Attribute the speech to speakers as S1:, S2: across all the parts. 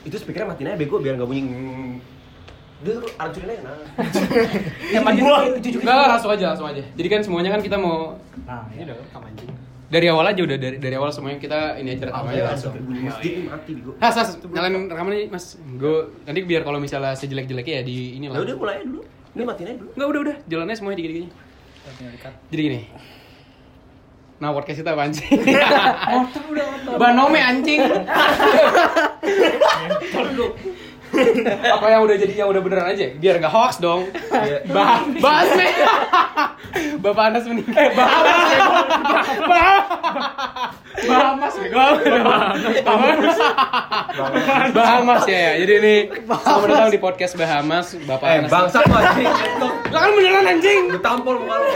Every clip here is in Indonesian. S1: itu speakernya matiin aja bego biar nggak bunyi ngeng. dia tuh hancurin aja nah
S2: Yang mati
S1: Wah.
S2: itu jujur.
S3: Enggak, langsung aja, langsung aja. Jadi kan semuanya kan kita mau
S2: Nah,
S4: Ini udah rekam anjing.
S3: dari awal aja udah dari dari awal semuanya kita ini aja rekam aja langsung.
S1: bunyi
S3: Iya,
S1: masjid nih, mati bego
S3: Has, has, nyalain rekaman nih, Mas. Gue nanti biar kalau misalnya sejelek-jeleknya ya di ini
S1: ya
S3: lah.
S1: udah mulai aja dulu ini matiin aja dulu
S3: Enggak, udah, udah. Jalannya semuanya dikit-dikitnya.
S4: Tinggal di-cut.
S3: Jadi gini. Nah, podcast kita apaan sih?
S2: Motor udah motor.
S3: Banome anjing. Apa yang udah jadi yang udah beneran aja? Biar nggak hoax dong. Bah, bahas nih. Bapak Anas menikah. Eh, Bahamas. Bahamas. Bahamas.
S1: Eh,
S3: Bahamas ya, ya. Jadi ini selamat datang di podcast Bahamas Bapak
S1: eh
S3: Anas.
S1: bangsa lu anjing
S3: Lah kan beneran anjing.
S1: lu tampol muka lu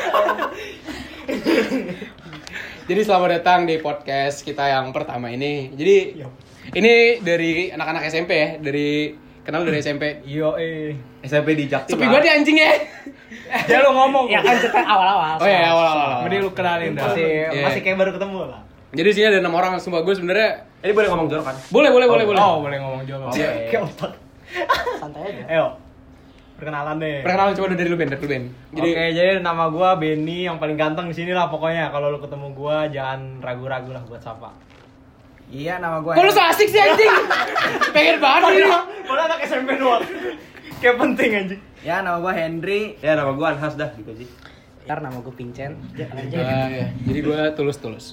S3: Jadi selamat datang di podcast kita yang pertama ini. Jadi ini dari anak-anak SMP ya, dari kenal dari SMP.
S4: Yo eh.
S1: SMP di Jaktim
S3: Sepi banget ya anjing ya.
S4: Ya lu ngomong.
S2: Ya kan cerita awal-awal.
S3: Oh ya, awal awal.
S4: Mending lu kenalin dah.
S2: Masih
S3: Iya.
S2: masih kayak baru ketemu lah.
S3: Jadi di sini ada enam orang sumpah gue sebenarnya
S1: ini boleh ngomong jorok kan
S3: boleh boleh boleh boleh.
S4: Oh, boleh ngomong juga.
S3: Iya.
S4: Oke.
S2: Kayak otak. Santai aja.
S4: Ayo. Perkenalan deh.
S3: Perkenalan coba dari lu Ben, dari lu Ben. Jadi
S4: Oke, jadi nama gua Benny yang paling ganteng di sini lah pokoknya. Kalau lu ketemu gua jangan ragu-ragu lah buat sapa.
S2: Iya, nama gua.
S3: Kok lu so asik sih anjing? Pengen banget ini.
S4: Kalau anak SMP doang. Kayak penting anjing.
S2: Ya, nama gua Henry.
S1: ya nama gua Anhas dah gitu sih
S2: Ntar nama gua Pincen.
S3: Ah, iya. Jadi gue tulus tulus.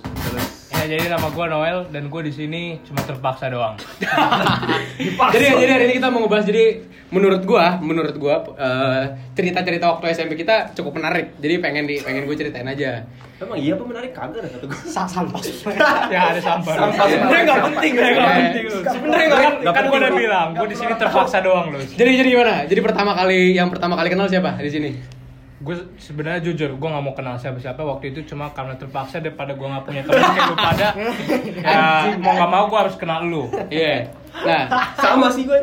S5: Ya jadi nama gua Noel dan gua di sini cuma terpaksa doang.
S3: Jadi jadi hari ini kita mau ngebahas jadi menurut gua, menurut gua eh, cerita-cerita waktu SMP kita cukup menarik. Jadi pengen di pengen gue ceritain aja.
S1: emang iya apa menarik kagak ada kata gua
S2: Sampah.
S5: ya ada sampah.
S4: Sebenarnya enggak penting, enggak
S3: Iya.
S4: penting. lu.
S5: Sebenarnya kan, kan gua udah bilang, gua di sini terpaksa doang loh.
S3: Jadi jadi gimana? Jadi pertama kali yang pertama kali kenal siapa di sini?
S5: Gua sebenarnya jujur, gua nggak mau kenal siapa-siapa waktu itu cuma karena terpaksa daripada gua nggak punya teman kayak lu pada. Ya, mau nggak mau gua harus kenal lu.
S3: Iya. Nah,
S1: sama sih gua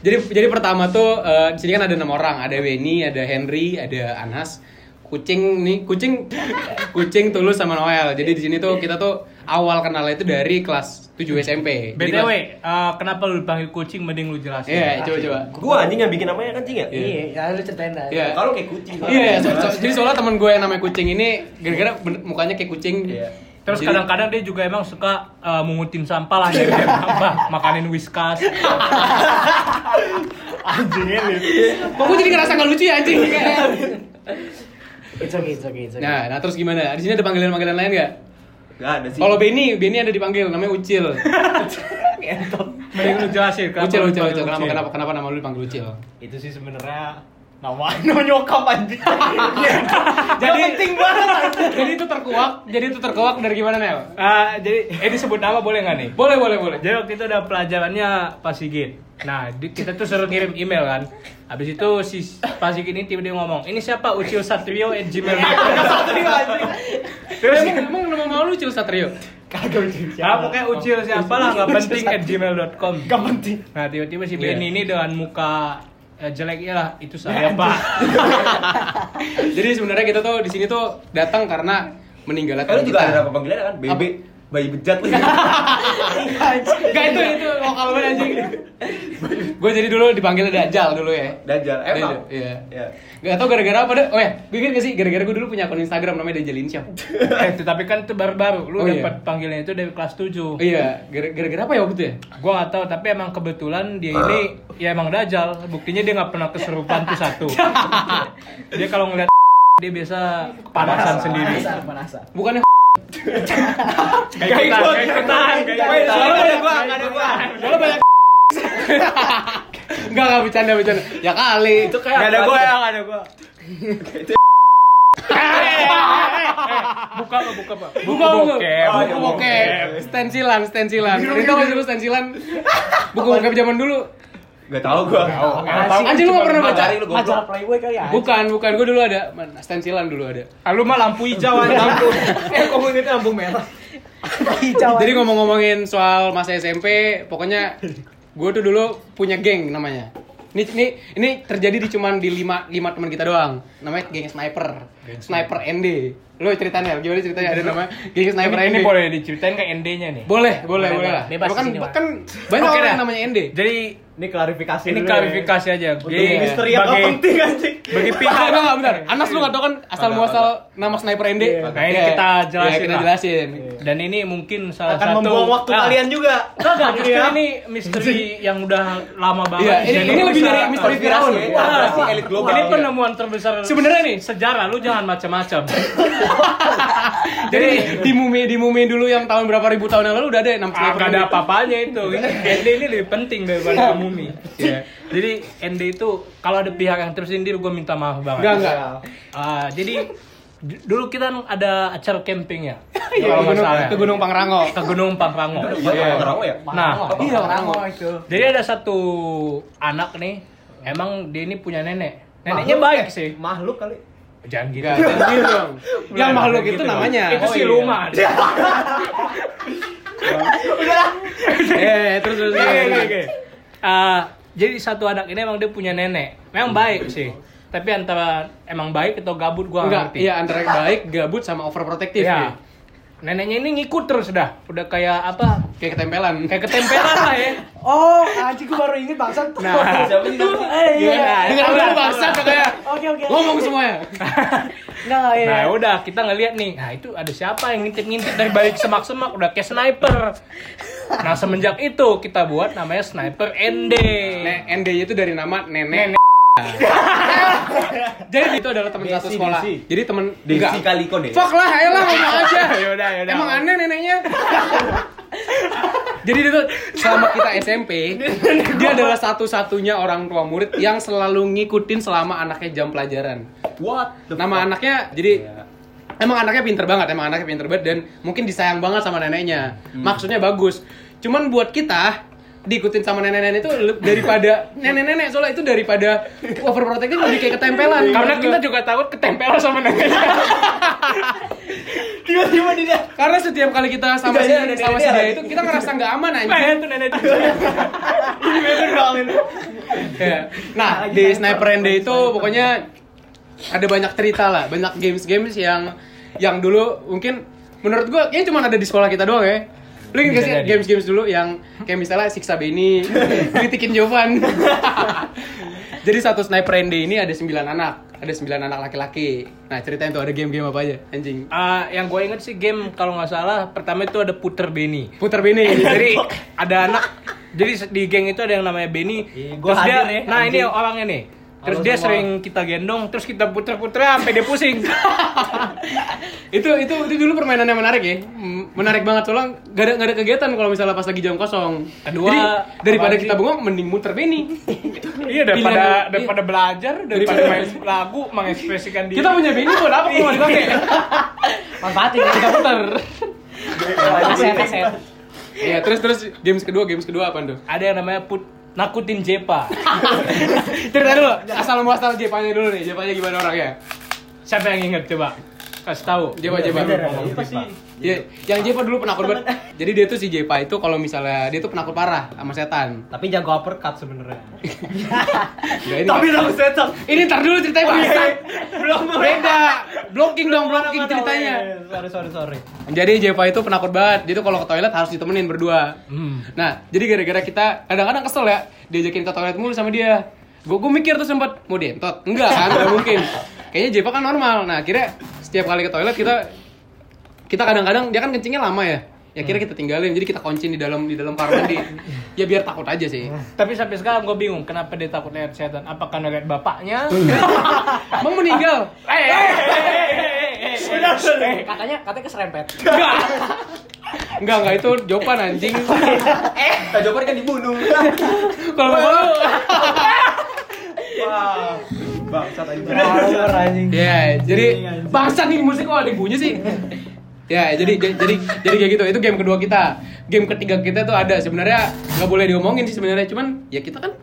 S3: jadi jadi pertama tuh eh, di sini kan ada enam orang, ada Weni, ada Henry, ada Anas, kucing nih, kucing kucing tulus sama Noel. Jadi di sini tuh kita tuh awal kenalnya itu dari kelas 7 SMP.
S5: BTW,
S3: Jadi kelas-
S5: eh, kenapa lu panggil kucing mending lu jelasin.
S3: Iya, coba coba.
S1: gua anjing yang bikin namanya kan cing ya
S3: Iya.
S2: ya lu ceritain dah.
S3: Iya.
S1: kalau kayak kucing
S3: Iya, iya, so- so- jadi soalnya teman gue yang namanya kucing ini gara-gara ben- mukanya kayak kucing.
S1: Iya.
S5: Terus
S3: Jadi-
S5: kadang-kadang dia juga emang suka eh, mungutin sampah lah dari sampah, makanin whiskas.
S3: Kok gue jadi ngerasa nggak lucu ya anjing?
S2: It's okay, it's okay, it's okay.
S3: nah, nah terus gimana? Di sini ada panggilan-panggilan lain nggak?
S1: Gak ada sih
S3: iya. Kalau Benny, Benny ada dipanggil, namanya Ucil.
S5: Mending lu jelasin kenapa
S3: Ucil,
S5: lu
S3: Ucil,
S5: panggil
S3: Ucil. Kenapa, kenapa, kenapa nama lu dipanggil Ucil?
S4: Itu sih sebenarnya nama nama nyokap anjing.
S5: Iya.
S3: Jadi penting banget. jadi itu terkuak, jadi itu terkuak dari gimana Nel?
S5: Ah, jadi eh disebut nama boleh nggak nih?
S3: Boleh, boleh, boleh.
S5: Jadi waktu itu ada pelajarannya Pak Sigit. Nah, di- kita tuh suruh kirim email kan. Habis itu si Pak Sigit ini tiba-tiba ngomong, "Ini siapa? Ucil Satrio at gmail."
S3: Terus emang, emang nama mau lu Ucil Satrio?
S2: Kagak
S5: Nah,
S2: lucu.
S5: ya, pokoknya Ucil siapa lah nggak penting at gmail.com.
S2: Gak penting.
S5: Nah, tiba-tiba si
S3: Iya.
S5: Benny ini dengan muka eh, jelek ya lah itu saya Pak.
S3: Jadi sebenarnya kita tuh di sini tuh datang karena meninggalnya
S1: kalau
S3: teman
S1: juga
S3: kita.
S1: ada Eh, apa panggilannya kan bebe bayi bejat lu
S3: Enggak itu itu lokal banget anjing. Gue jadi dulu dipanggil Dajal dulu ya.
S1: dajal emang
S3: Dajal, iya.
S1: Iya.
S3: Gak tau gara-gara apa deh. Oh ya, gue inget gak sih gara-gara gue dulu punya akun Instagram namanya Dajalin Show.
S5: eh, itu tapi kan itu baru-baru. Lu
S3: Oh, iya.
S5: dapat panggilannya itu dari kelas 7.
S3: Iya, gara- gara-gara apa ya waktu itu ya?
S5: Gua nggak tahu tapi emang kebetulan dia ini ya emang dajal. Buktinya dia nggak pernah kesurupan tuh satu. dia kalau ngeliat dia biasa kepanasan sendiri.
S2: Panasan.
S3: Bukannya
S5: Kayak ikutan, kayak ikutan, kayak
S1: Wait,
S5: ikutan.
S1: soalnya ada gua, ada gua.
S3: Enggak, enggak bercanda, bercanda. Ya kali. Itu kayak
S4: Gak ada gua ya, gak ada gua.
S5: Buka apa buka pak?
S3: buku bokep.
S5: bokep.
S3: Buku Oh, bokep. Stensilan, stensilan. Itu masih dulu stensilan. Buku bokep zaman dulu.
S1: Gak tau gua
S3: Anjing lu gak pernah baca.
S1: Cari lu
S2: Majalah
S1: goblok
S2: Playboy kali ya.
S3: Bukan, bukan. Gue dulu ada man, stensilan dulu ada.
S5: Ah, lu mah lampu hijau aja.
S2: Eh, komunitas lampu merah. Hijau.
S3: Jadi ngomong-ngomongin soal masa SMP, pokoknya gue tuh dulu punya geng namanya. Ini ini ini terjadi di cuman di lima lima teman kita doang. Namanya geng sniper. Sniper ND. Lu ceritanya gimana ceritanya ada namanya geng sniper
S5: ini,
S3: ND.
S5: ini boleh diceritain ke ND-nya nih.
S3: Boleh, boleh,
S2: Boleh,
S3: boleh.
S2: boleh.
S3: lah.
S2: Bebas
S3: Lu kan
S2: di sini, Wak.
S3: kan banyak
S5: Oke,
S3: orang
S5: dah.
S3: yang namanya ND.
S5: Jadi
S4: Ini klarifikasi
S5: ini
S4: dulu ya.
S5: klarifikasi aja.
S4: Untuk
S5: Jadi,
S4: misteri yang gak
S5: sebagai-
S4: penting anjing.
S5: Bagi pihak
S3: Enggak, enggak, enggak, benar. Anas lu nggak tahu kan asal muasal nama sniper ND.
S5: Nah, ini
S3: Iya.
S5: kita jelasin
S3: Iya, kita
S5: lah.
S3: jelasin.
S5: Dan ini mungkin salah
S4: Akan
S5: satu
S4: membuang waktu
S5: Ah,
S4: kalian juga.
S5: Enggak, justru
S4: Iya.
S5: ini misteri yang udah lama banget.
S3: Iya, ini,
S5: Jadi
S3: ini
S5: bisa-
S3: lebih dari misteri Firaun.
S1: ya.
S5: Wah,
S1: Wah,
S5: wah,
S1: elit global. ya.
S5: Ini penemuan terbesar
S3: iya. Sebenarnya nih.
S5: sejarah lu jangan macam-macam.
S3: Jadi di mumi di mumi dulu yang tahun berapa ribu tahun yang lalu udah ada enam
S5: Ah,
S3: sniper
S5: nggak ada
S3: ND.
S5: apa-apanya itu. Ini ND ini lebih penting daripada mumi. Iya. Jadi ND itu kalau ada pihak yang tersindir gue minta maaf banget.
S3: Enggak, enggak.
S5: Ah, jadi d- dulu kita ada acara camping ya.
S3: Iya,
S5: Kalau nggak
S3: ke Gunung-
S5: salah. ya?
S3: ke Gunung Pangrango.
S5: ke Gunung Pangrango.
S1: Orang-orang ya?
S5: Nah,
S2: Iya, Rango itu.
S5: Jadi ada satu anak nih, emang dia ini punya nenek. Neneknya baik
S3: eh.
S5: sih.
S4: Makhluk kali.
S5: Jangan gitu.
S3: Enggak, jangan gitu dong.
S5: Iya.
S3: Yang makhluk itu namanya.
S5: Itu
S3: Oh,
S5: si
S3: iya.
S5: Luma.
S3: Eh, terus terus.
S5: Iya,
S3: terus.
S5: Ah, jadi satu anak ini emang dia punya nenek. Memang baik sih. Tapi antara emang baik atau gabut gua nggak
S3: Enggak,
S5: ngerti.
S3: iya antara baik, gabut sama overprotective
S5: Iya.
S3: ya.
S5: Neneknya ini ngikut terus dah. Udah kayak apa?
S3: Kayak ketempelan.
S5: Kayak ketempelan lah ya.
S2: Oh, anjing gue baru inget bangsat.
S5: Nah.
S2: Siapa sih? Eh, iya.
S3: Dengar dulu bahasa kayak
S2: Oke, oke.
S3: ngomong semuanya.
S2: Enggak, enggak, iya.
S5: Nah udah kita ngeliat nih, nah itu ada siapa yang ngintip-ngintip dari balik semak-semak udah kayak sniper. Nah semenjak itu kita buat namanya sniper ND.
S3: Nek ND itu dari nama nenek.
S5: Nenek.
S3: Jadi itu adalah teman satu
S4: Desi,
S3: sekolah.
S4: Desi.
S3: Jadi teman
S1: Desi ya?
S3: enggak.
S1: Kaliko deh.
S3: Fuck lah, ayolah ngomong aja.
S5: Yaudah, yaudah.
S3: Emang aneh neneknya. Jadi itu selama kita SMP, dia adalah satu-satunya orang tua murid yang selalu ngikutin selama anaknya jam pelajaran.
S1: What the Iya.
S3: Nama anaknya jadi emang anaknya pinter banget, emang anaknya pinter banget dan mungkin disayang banget sama neneknya.
S5: Hmm.
S3: Maksudnya bagus. Cuman buat kita diikutin sama nenek-nenek itu le- daripada nenek-nenek soalnya itu daripada overprotective lebih kayak ketempelan
S5: Karena kita juga takut ketempelan sama neneknya.
S4: Tiba-tiba dia
S3: Karena setiap kali kita sama si
S4: Iya, iya,
S3: sama
S4: iya,
S3: si
S4: iya.
S3: dia itu kita ngerasa nggak aman aja.
S5: Nah itu nenek itu.
S3: Nah di Sniper Rende itu pokoknya ada banyak cerita lah, banyak games-games yang yang dulu mungkin menurut gua kayaknya cuma ada di sekolah kita doang ya. Lu
S5: Bisa
S3: inget gak sih
S5: jadi.
S3: games-games dulu yang kayak misalnya siksa Benny, kritikin Jovan. Jadi satu Sniper Rende ini ada 9 anak, ada 9 anak laki-laki. Nah ceritain tuh ada game-game apa aja anjing.
S5: Ah, yang gue inget sih game kalau nggak salah pertama itu ada puter Benny.
S3: Puter Benny.
S5: Jadi ada anak. Jadi di geng itu ada yang namanya Benny.
S4: Iya, gua
S5: Terus dia,
S4: hadir ya,
S5: nah ini
S4: anjing.
S5: orangnya nih. Terus dia
S4: Halo semua.
S5: sering kita gendong, terus kita puter-puter sampai dia pusing.
S3: itu itu itu dulu permainan yang menarik ya Mm, menarik banget soalnya gak ada gak ada kegiatan kalau misalnya pas lagi jam kosong
S5: Kedua,
S3: Jadi, daripada
S5: apalagi?
S3: kita bengong mending muter beni
S5: Iya daripada
S3: Pilihan-
S5: daripada belajar
S4: Iya.
S5: daripada main lagu mengekspresikan diri. Iya.
S3: kita punya beni buat apa kalau nggak dipakai
S2: Manfaatin.
S4: ya,
S3: kita puter
S2: Aset, aset.
S3: iya terus terus games kedua games kedua apa tuh
S5: ada yang namanya put nakutin Jepa.
S3: cerita dulu asal muasal jepanya dulu nih jepanya gimana ya? orangnya
S5: Siapa yang inget coba? Kasih tahu.
S3: jepa jepa
S4: Apa sih?
S3: Ya, yang Jepa dulu penakut banget. Jadi dia tuh si Jepa itu kalau misalnya dia tuh penakut parah sama setan.
S4: Tapi jago uppercut sebenarnya.
S3: Ya, ini-
S4: Tapi langsung setup.
S3: ini ntar dulu ceritanya bangsat.
S4: Belum
S3: Beda. Blocking dong, blocking ceritanya.
S4: Sorry, sorry, sorry.
S3: Jadi Jepa itu penakut banget. Jadi kalau ke toilet harus ditemenin berdua.
S5: Hmm.
S3: Nah, jadi gara-gara kita kadang-kadang kesel ya diajakin ke toilet mulu sama dia. Gue gue mikir tuh sempat mau dientot. Enggak kan, enggak mungkin. Kayaknya Jepa kan normal. Nah, akhirnya setiap kali ke toilet kita kita kadang-kadang dia kan kencingnya lama ya. Ya akhirnya kita tinggalin. Jadi kita kuncin di dalam di dalam kamar mandi. Ya biar takut aja sih.
S5: Tapi sampai sekarang gue bingung kenapa dia takut lihat setan. Apa karena lihat bapaknya?
S2: Hmm.
S5: Eh,
S3: Emang meninggal.
S2: Katanya, katanya keserempet.
S3: Enggak, enggak itu Jopan anjing.
S1: Kita jawaban kan dibunuh.
S3: Kalau mau
S4: Wah. Bangsat anjing. Horor anjing.
S3: Ya, jadi
S4: anjing.
S3: bangsa nih musik kok ada bunyi sih. Ya, jadi jadi jadi jadi kayak gitu. Itu game kedua kita. Game ketiga kita tuh ada sebenarnya nggak boleh diomongin sih sebenarnya. Cuman ya kita kan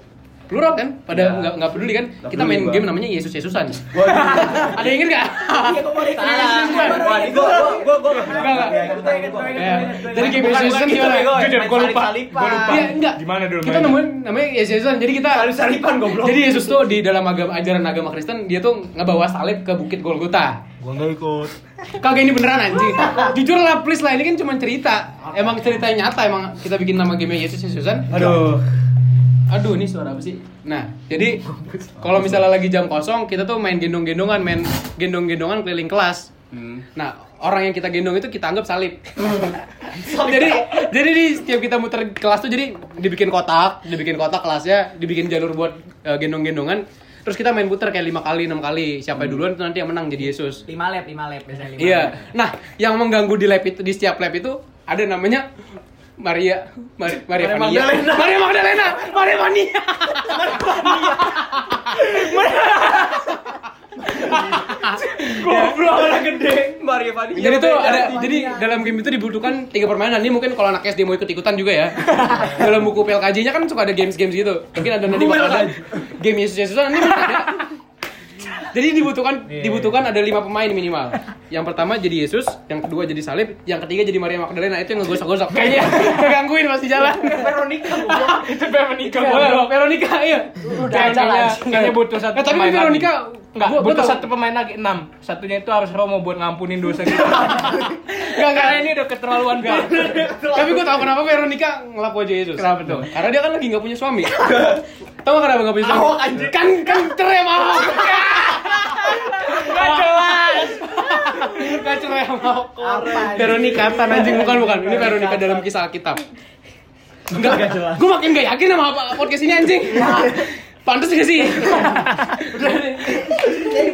S3: plural kan
S1: Iya.
S3: pada nggak nggak peduli kan
S1: Nggak
S3: kita
S1: peduli,
S3: main
S1: Bang.
S3: game namanya Yesus Yesusan
S1: Waduh.
S3: ada yang inget nggak
S1: Wah, ini gua gua gua gua nggak
S3: Enggak, enggak. Iya. Jadi game Yesus Yesusan gimana
S5: Jujur, gue lupa. Gue lupa.
S3: Iya, enggak.
S5: Gimana dulu
S3: Kita
S5: mainnya?
S3: nemuin namanya Yesus Yesusan. Jadi kita
S1: Salib salipan goblok.
S3: Jadi Yesus tuh di dalam agama ajaran agama Kristen dia tuh ngebawa salib ke Bukit Golgota.
S4: Gua nggak ikut.
S3: Kagak ini beneran anjing. Jujur lah please lah ini kan cuma cerita. Emang cerita yang nyata emang kita bikin nama game Yesus Yesusan.
S1: aduh.
S3: Aduh ini suara apa sih? Nah, jadi kalau misalnya lagi jam kosong kita tuh main gendong-gendongan, main gendong-gendongan keliling kelas. Nah, orang yang kita gendong itu kita anggap salib. jadi jadi di setiap kita muter kelas tuh jadi dibikin kotak, dibikin kotak kelasnya, dibikin jalur buat eh, gendong-gendongan. Terus kita main puter kayak lima kali, enam kali. Siapa yang duluan tuh nanti yang menang jadi Yesus.
S2: lima lab lima lab biasanya lima
S3: Iya. Nah, yang mengganggu di lab itu di setiap lab itu ada namanya Maria Mari- Maria
S1: Maria
S3: Vania.
S1: Magdalena.
S3: Maria Magdalena. Maria Vania.
S1: Goblok orang gede. Maria Fani.
S3: Jadi tuh ada jadi dalam game itu dibutuhkan tiga permainan. Ini mungkin kalau anak SD mau ikut-ikutan juga ya. dalam buku PLKJ-nya kan suka ada games-games gitu. Mungkin ada nanti bakal ada game Yesus-Yesusan nanti mungkin ada. Jadi dibutuhkan dibutuhkan ada lima pemain minimal. Yang pertama jadi Yesus, yang kedua jadi salib, yang ketiga jadi Maria Magdalena itu yang ngegosok-gosok. Kayaknya ngegangguin pas di jalan.
S5: Itu Veronica
S3: Iya, Veronica iya.
S2: udah aja lah,
S5: Kayaknya-
S2: anjing.
S5: Kayaknya butuh satu
S3: Eh, tapi
S5: pemain
S3: Veronica
S5: lagi. Enggak,
S3: gua- gua
S5: butuh
S3: tahu.
S5: satu pemain lagi, enam Satunya itu harus Romo buat ngampunin dosa kita
S3: Enggak enggak
S5: Karena ini udah keterlaluan banget
S3: Tapi gue tau kenapa Veronica ngelapo aja Yesus.
S5: Kenapa tuh?
S3: Karena dia kan lagi nggak punya suami. tau gak kenapa nggak punya suami?
S1: Ahok, anjing.
S3: Kan kan cerai sama Ahok. Gak jelas. Gak cerai sama Ahok.
S2: apa
S3: Veronica tan anjing bukan bukan. Ini Veronica dalam kisah Alkitab.
S4: Nggak
S3: Enggak
S4: jelas.
S3: Gue makin gak yakin sama apa podcast ini anjing. Pantes gak sih? Enggak,
S5: Ini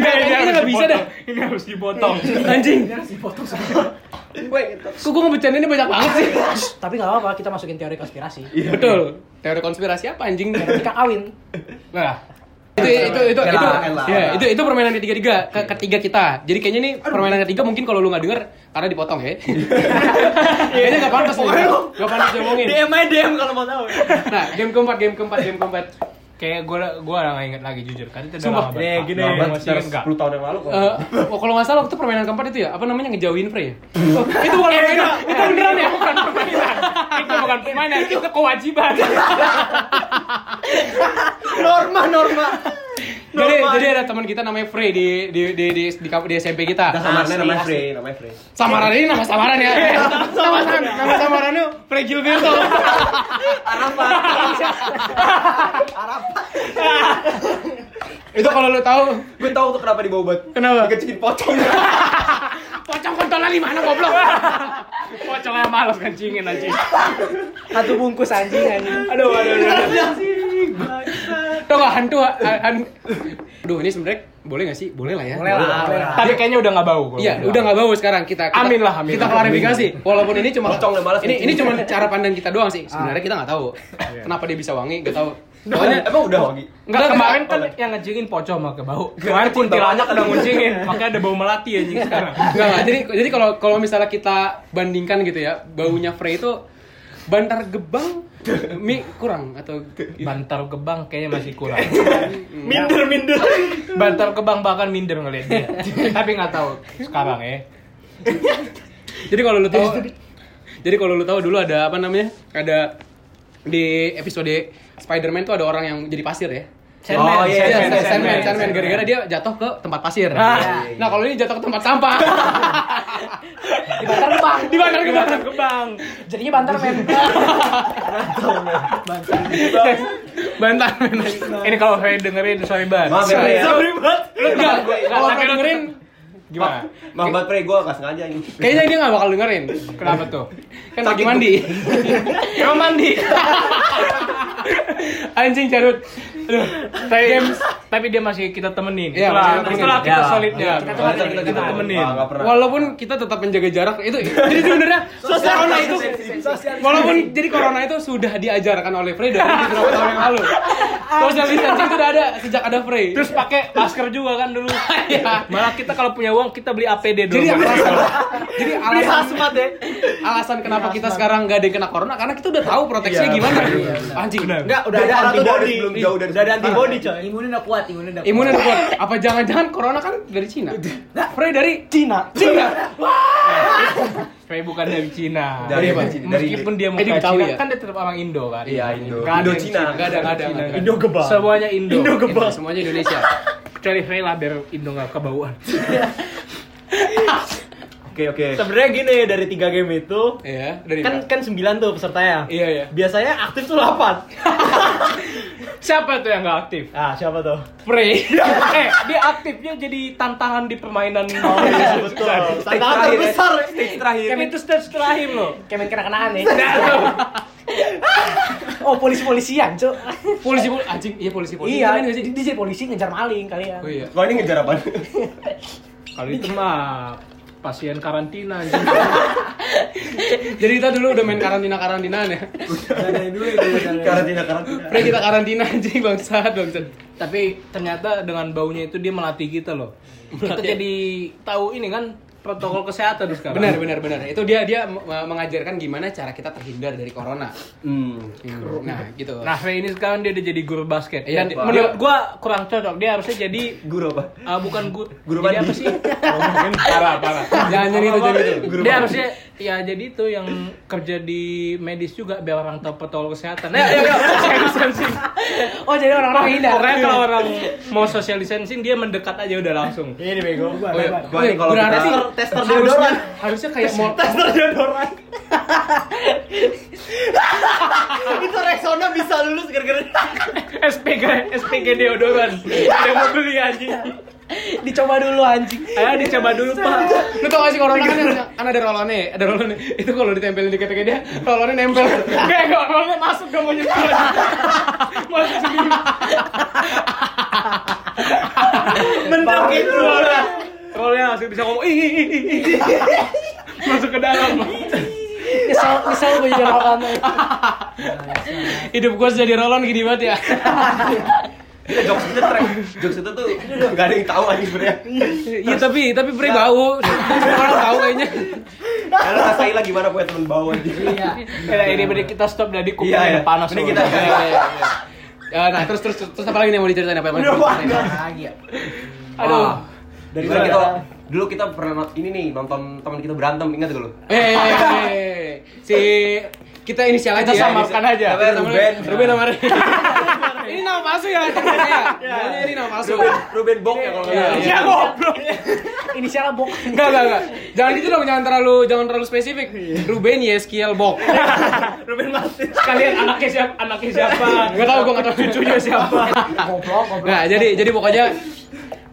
S3: ini
S5: harus
S3: nggak bisa
S5: dipotong.
S3: dah.
S5: Ini harus dipotong
S3: Anjing. Kok gue ngebecandainnya banyak banget sih?
S2: tapi nggak apa-apa kita masukin teori konspirasi
S1: Iya,
S3: Betul. Teori konspirasi apa anjing?
S2: Veronica kawin
S5: Nah,
S3: itu itu itu
S1: Elah,
S3: itu
S1: elah.
S3: ya, itu itu permainan ketiga tiga ke- ketiga kita jadi kayaknya nih permainan ketiga mungkin kalau lu nggak denger karena dipotong ya kayaknya nggak pantas nih nggak pantas diomongin
S1: DM aja DM kalau mau tahu.
S3: nah game keempat game keempat game keempat
S5: kayak gue gue udah nggak inget lagi jujur kan itu udah
S3: Sumpah.
S5: lama
S3: Iya,
S5: banget.
S4: Nih, gini.
S5: Lama banget,
S4: Mas,
S5: masih inget nggak?
S1: 10 tahun yang lalu kok.
S3: Eh, oh, kalau nggak salah waktu permainan keempat itu ya apa namanya ngejauhin Frey ya Oh, itu
S5: Eh,
S3: bukan permainan itu beneran ya bukan permainan
S5: itu bukan permainan itu kewajiban
S1: Norma norma.
S3: jadi
S1: Normal.
S3: jadi ada teman kita namanya Frey di di di di, di, kamp- di SMP
S1: Nah,
S3: kita
S1: samarnya
S2: Asli,
S1: namanya
S2: asli.
S1: Frey, namanya Frey.
S3: samaran ini nama samaran ya
S5: Iya.
S3: nama samaran nama samarannya Frey Gilberto itu kalau lu tahu
S1: Gue tahu tuh kenapa dibawa buat
S3: Kenapa?
S1: dikecilin pocong.
S3: Pocong kontolnya di mana goblok?
S5: pocongnya malas kencingin aja
S2: satu bungkus anjing anjing
S5: aduh aduh aduh
S3: Tuh nggak hantu ha- han. Aduh ini sebenarnya boleh nggak sih? Boleh lah ya.
S2: boleh lah boleh lah
S5: tapi kayaknya udah nggak bau gua
S3: Iya,
S5: bilang.
S3: udah nggak bau sekarang kita, kita
S5: Amin lah, amin
S3: kita
S5: lah.
S3: klarifikasi. Walaupun ini cuma
S1: Pocong yang malas
S3: ini ini
S1: kencing.
S3: cuma cara pandang kita doang sih. Sebenarnya
S5: Ah.
S3: kita nggak tahu
S5: Iya.
S3: kenapa dia bisa wangi, nggak tahu.
S1: Pokoknya emang udah wangi.
S5: Enggak,
S3: Enggak,
S5: kemarin
S1: enggak.
S5: kan
S1: Boleh.
S5: yang ngejingin pocong mah ke bau. Kemarin kuntilanak udah ngejingin, Iya. makanya ada bau melati anjing sekarang.
S3: Enggak, enggak. Jadi jadi kalau kalau misalnya kita bandingkan gitu ya, baunya Frey itu Bantar Gebang mie kurang atau
S5: Bantar kebang kayaknya masih kurang.
S4: Minder minder.
S5: Bantar kebang bahkan minder ngeliat dia. Tapi nggak tahu sekarang ya.
S3: Jadi kalau lu tahu Jadi kalau lu tahu dulu ada apa namanya? Ada di episode Spider-Man tuh ada orang yang jadi pasir ya.
S5: Sandman,
S1: Oh, iya, Sandman,
S3: Iya, Sandman, Sandman,
S1: Sandman, Ah.
S3: Sandman. gara-gara dia jatuh ke tempat pasir. Nah, kalau ini jatuh ke tempat sampah.
S2: di bantar kebang
S3: di Bandar Gebang.
S5: Bantar kebang.
S2: jadinya bantar men
S3: Bantar.
S1: Iya,
S5: Ini kalau saya dengerin sorry
S1: Eh, Maaf
S5: banget.
S1: ya, Frey, ya.
S4: Sorry banget.
S3: Enggak, kalau
S5: Tapi lu-
S3: dengerin
S5: Gimana?
S1: Maaf banget Frey, gue gak sengaja ini.
S3: kayaknya dia nggak bakal dengerin.
S5: Kenapa tuh?
S3: Kan lagi mandi.
S5: Emang mandi.
S3: Anjing carut.
S5: tapi, tapi dia masih kita temenin. Itulah,
S3: Iya, masih kita temenin.
S5: itulah kita
S4: Iya.
S5: solidnya.
S4: Kita
S5: Kita,
S4: temenin,
S5: kita,
S4: kita
S5: temenin.
S4: temenin. Nggak
S1: Nah.
S4: pernah.
S3: Walaupun kita tetap menjaga jarak itu jadi sebenarnya sosial corona itu walaupun jadi corona itu sudah diajarkan oleh Frey dari beberapa tahun yang lalu. Social distancing itu udah ada sejak ada Frey.
S5: Terus pakai masker juga kan dulu. Malah kita kalau punya uang kita beli APD dulu.
S3: jadi
S5: buat
S3: alasan,
S5: masker.
S3: jadi alasan alasan kenapa kita sekarang nggak ada yang kena corona karena kita udah tahu proteksinya
S4: Iya,
S3: gimana.
S4: benar.
S3: Anjing.
S4: Enggak, udah ada
S1: Corona tuh
S4: antibody.
S1: dari sebelum jauh dari
S4: Udah ada antibody, coy.
S2: Imunnya udah kuat, imunnya udah kuat.
S3: Imunnya udah kuat. Apa jangan-jangan corona kan dari Cina? Frey dari Cina. Cina.
S5: Frey bukan dari Cina. Iya,
S1: Dari apa? Dari-
S5: Meskipun dia
S3: Eh, dia
S5: muka
S3: Betawi
S5: Cina,
S3: ya?
S5: kan dia tetap orang Indo kan.
S1: Iya, Indo.
S5: Nggak ada
S1: Indo
S5: yang
S1: Cina.
S3: Gak ada, gak ada, nggak ada.
S4: Indo gebang.
S5: Semuanya Indo.
S4: Indo gebang.
S3: Itu Semuanya Indonesia.
S5: Kecuali Frey lah biar Indo nggak kebauan.
S4: Oke, oke. Sebenarnya gini dari tiga game itu
S3: Iya, dari
S4: kan kan 9 tuh
S5: Nah,
S4: pesertanya.
S3: Iya, iya.
S4: Biasanya aktif tuh 8.
S5: Siapa tuh yang nggak aktif?
S4: Ah, siapa tuh?
S5: Frey. eh, dia aktifnya jadi tantangan di permainan mau.
S4: Betul. Tantangan terbesar.
S5: terakhir. Kan itu stage terakhir loh.
S2: Kayak main kena-kenaan nih.
S4: Nah,
S2: Oh, polisi-polisian, Cuk.
S3: polisi polisi anjing iya polisi polisi
S2: Iya,
S3: Keren
S4: kan?
S3: nggak sih?
S2: dia jadi polisi ngejar maling ya. kalian.
S3: oh iya
S1: Kalau ini ngejar apa?
S5: Kalau itu mah pasien karantina
S3: jadi kita dulu udah main karantina karantinaan ya
S1: Karantina karantina.
S3: pre kita karantina anjing bangsat bangsat
S5: Tapi ternyata dengan baunya itu dia melatih kita loh. Kita jadi tahu ini kan protokol kesehatan sekarang.
S3: benar benar benar itu dia dia me- mengajarkan gimana cara kita terhindar dari corona Hmm, nah gitu
S5: Nah, Ray ini sekarang dia udah jadi guru basket.
S3: Iya,
S5: Dan
S3: Pak.
S5: menurut gua kurang cocok. Dia harusnya jadi
S1: Guru apa?
S5: eh, bukan guru.
S1: Guru
S5: jadi
S1: mandi.
S5: apa sih? parah, parah.
S3: jangan jadi itu jangan itu
S1: Guru
S5: dia
S1: mandi.
S5: harusnya ya jadi itu yang kerja di medis juga biar orang tahu protokol kesehatan. Ya, ya, ya. Social distancing.
S2: Oh, jadi orang-orang hindar.
S5: Pokoknya kalau orang mau social distancing dia mendekat aja udah langsung.
S4: Ini bego gua.
S3: Oh, iya.
S4: Bang.
S1: Gua nih kalau
S3: Berarti-
S1: kita
S4: Tester tester
S3: harusnya
S4: jodohan.
S3: harusnya kayak mall
S4: Tester jodohan. Itu Rexona bisa lulus gara-gara
S5: SPG SPG deodoran. Ada mau beli anjing.
S2: Dicoba dulu anjing.
S5: Ayo dicoba dulu, Pak.
S3: lu tau gak sih corona kan, yang- kan ada rolone ada rolone itu kalau ditempelin di keteknya dia rolone nempel
S5: Enggak, enggak orangnya masuk dong mau nyetir. Masuk sendiri.
S4: mendekin
S5: Rollnya, rollnya langsung bisa ngomong ih ih ih, ih, ih." Masuk ke dalam.
S2: Nyesel, nyesel gue jadi orang
S3: hidup gua jadi rolon gini banget ya
S1: Kita Iya, jokes kita track. Jokes itu tuh enggak ada yang tahu anjing sebenarnya.
S3: iya tapi tapi pre bau Semua orang tahu kayaknya
S1: Karena rasain lah gimana punya temen bau anjing.
S2: Iya.
S5: Nah, ini mending kita stop dari kuping
S1: Iya, iya.
S5: udah panas.
S1: Mending
S5: loh.
S1: kita-
S3: Iya, iya, iya. Ya, nah terus terus terus terus apa lagi nih yang mau diceritain apa yang mau diceritain? Ah.
S2: Lagi ya.
S5: Aduh.
S3: Wah.
S1: Dari
S4: Gimana?
S1: kita dulu kita pernah ini nih nonton teman kita berantem ingat gak lu?
S3: Eh, eh, eh, eh. si kita inisial aja ya.
S5: Kita samakan aja.
S3: Tapi yang namanya-
S1: Ruben.
S3: Ruben sama Ray. Ini nama palsu ya. Iya. Namanya Ini nama palsu.
S1: Ruben, Ruben Bong ya kalau
S3: Iya,
S1: nggak
S3: iya.
S1: salah.
S5: goblok.
S2: Inisialnya bok.
S3: Enggak, enggak, enggak. Jangan gitu dong, jangan terlalu jangan terlalu spesifik. Ruben Yeskiel Bok.
S4: Ruben Martin.
S5: Kalian anaknya siapa? Anaknya siapa?
S3: Enggak tahu gua enggak tahu cucunya siapa.
S2: Goblok, goblok.
S3: Nah, jadi jadi pokoknya